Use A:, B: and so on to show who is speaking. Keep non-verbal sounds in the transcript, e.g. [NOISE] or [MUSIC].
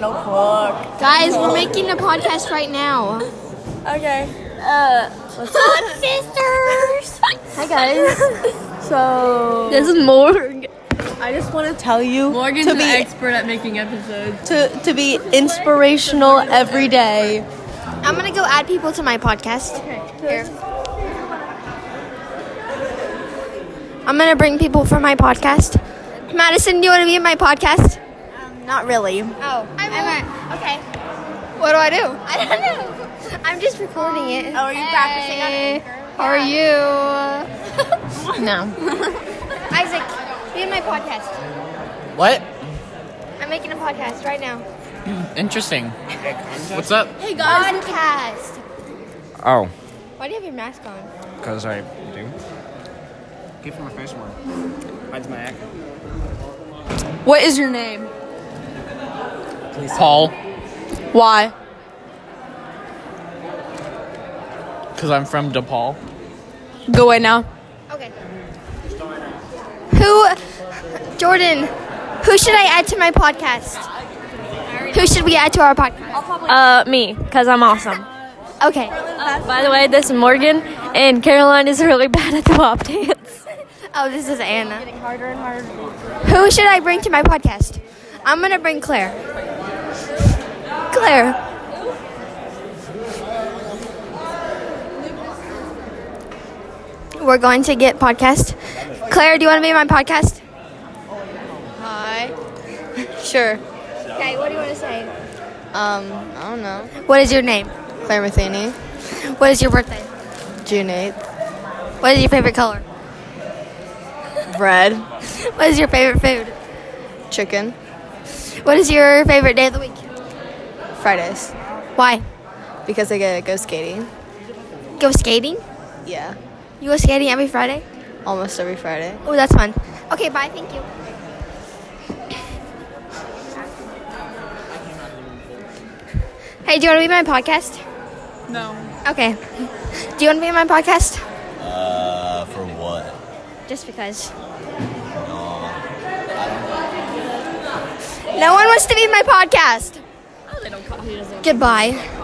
A: No fuck.
B: Guys, we're making a podcast right now.
A: Okay.
B: Uh, [LAUGHS] sisters.
A: [LAUGHS]
B: Hi, guys. So this is Morg.
A: I just want to tell you
C: Morgan's
A: to
C: an
A: be
C: expert at making episodes.
A: to, to be inspirational every day.
B: I'm gonna go add people to my podcast. Okay. I'm gonna bring people for my podcast. Madison, do you want to be in my podcast?
A: Not really.
B: Oh, I'm, okay. What do I do? [LAUGHS] I don't know. I'm just recording it. Oh,
A: are you practicing
B: on it? How are you, [LAUGHS]
A: No.
B: Isaac? Be in my podcast.
D: What?
B: I'm making a podcast right now.
D: Interesting. What's up?
B: Hey guys. Podcast.
D: Oh,
B: Why do you have your mask on?
D: because I do. Keep from my first one. Hides my act.
A: What is your name?
D: Paul,
A: Why?
D: because I'm from DePaul.
A: Go away now.
B: Okay. Who, Jordan? Who should I add to my podcast? Who should we add to our podcast?
C: Uh, me, because I'm awesome.
B: Okay.
C: By the way, this is Morgan, and Caroline is really [LAUGHS] bad at the pop dance.
B: Oh, this is Anna. Getting harder and harder. Who should I bring to my podcast? I'm gonna bring Claire. Claire. We're going to get podcast. Claire, do you want to be on my podcast?
E: Hi. [LAUGHS] Sure.
B: Okay. What do you want to say?
E: Um, I don't know.
B: What is your name?
E: Claire Matheny,
B: What is your birthday?
E: June 8th.
B: What is your favorite color?
E: Bread,
B: What is your favorite food?
E: chicken,
B: What is your favorite day of the week?
E: Fridays.
B: Why?
E: Because I get to go skating.
B: Go skating?
E: Yeah.
B: You go skating every Friday?
E: Almost every Friday.
B: Oh, that's fun. Okay, bye. Thank you. Hey, do you want to be my podcast? No. Okay. Do you want to be in my podcast?
F: Uh, for what?
B: Just because. No one wants to be in my podcast. Goodbye.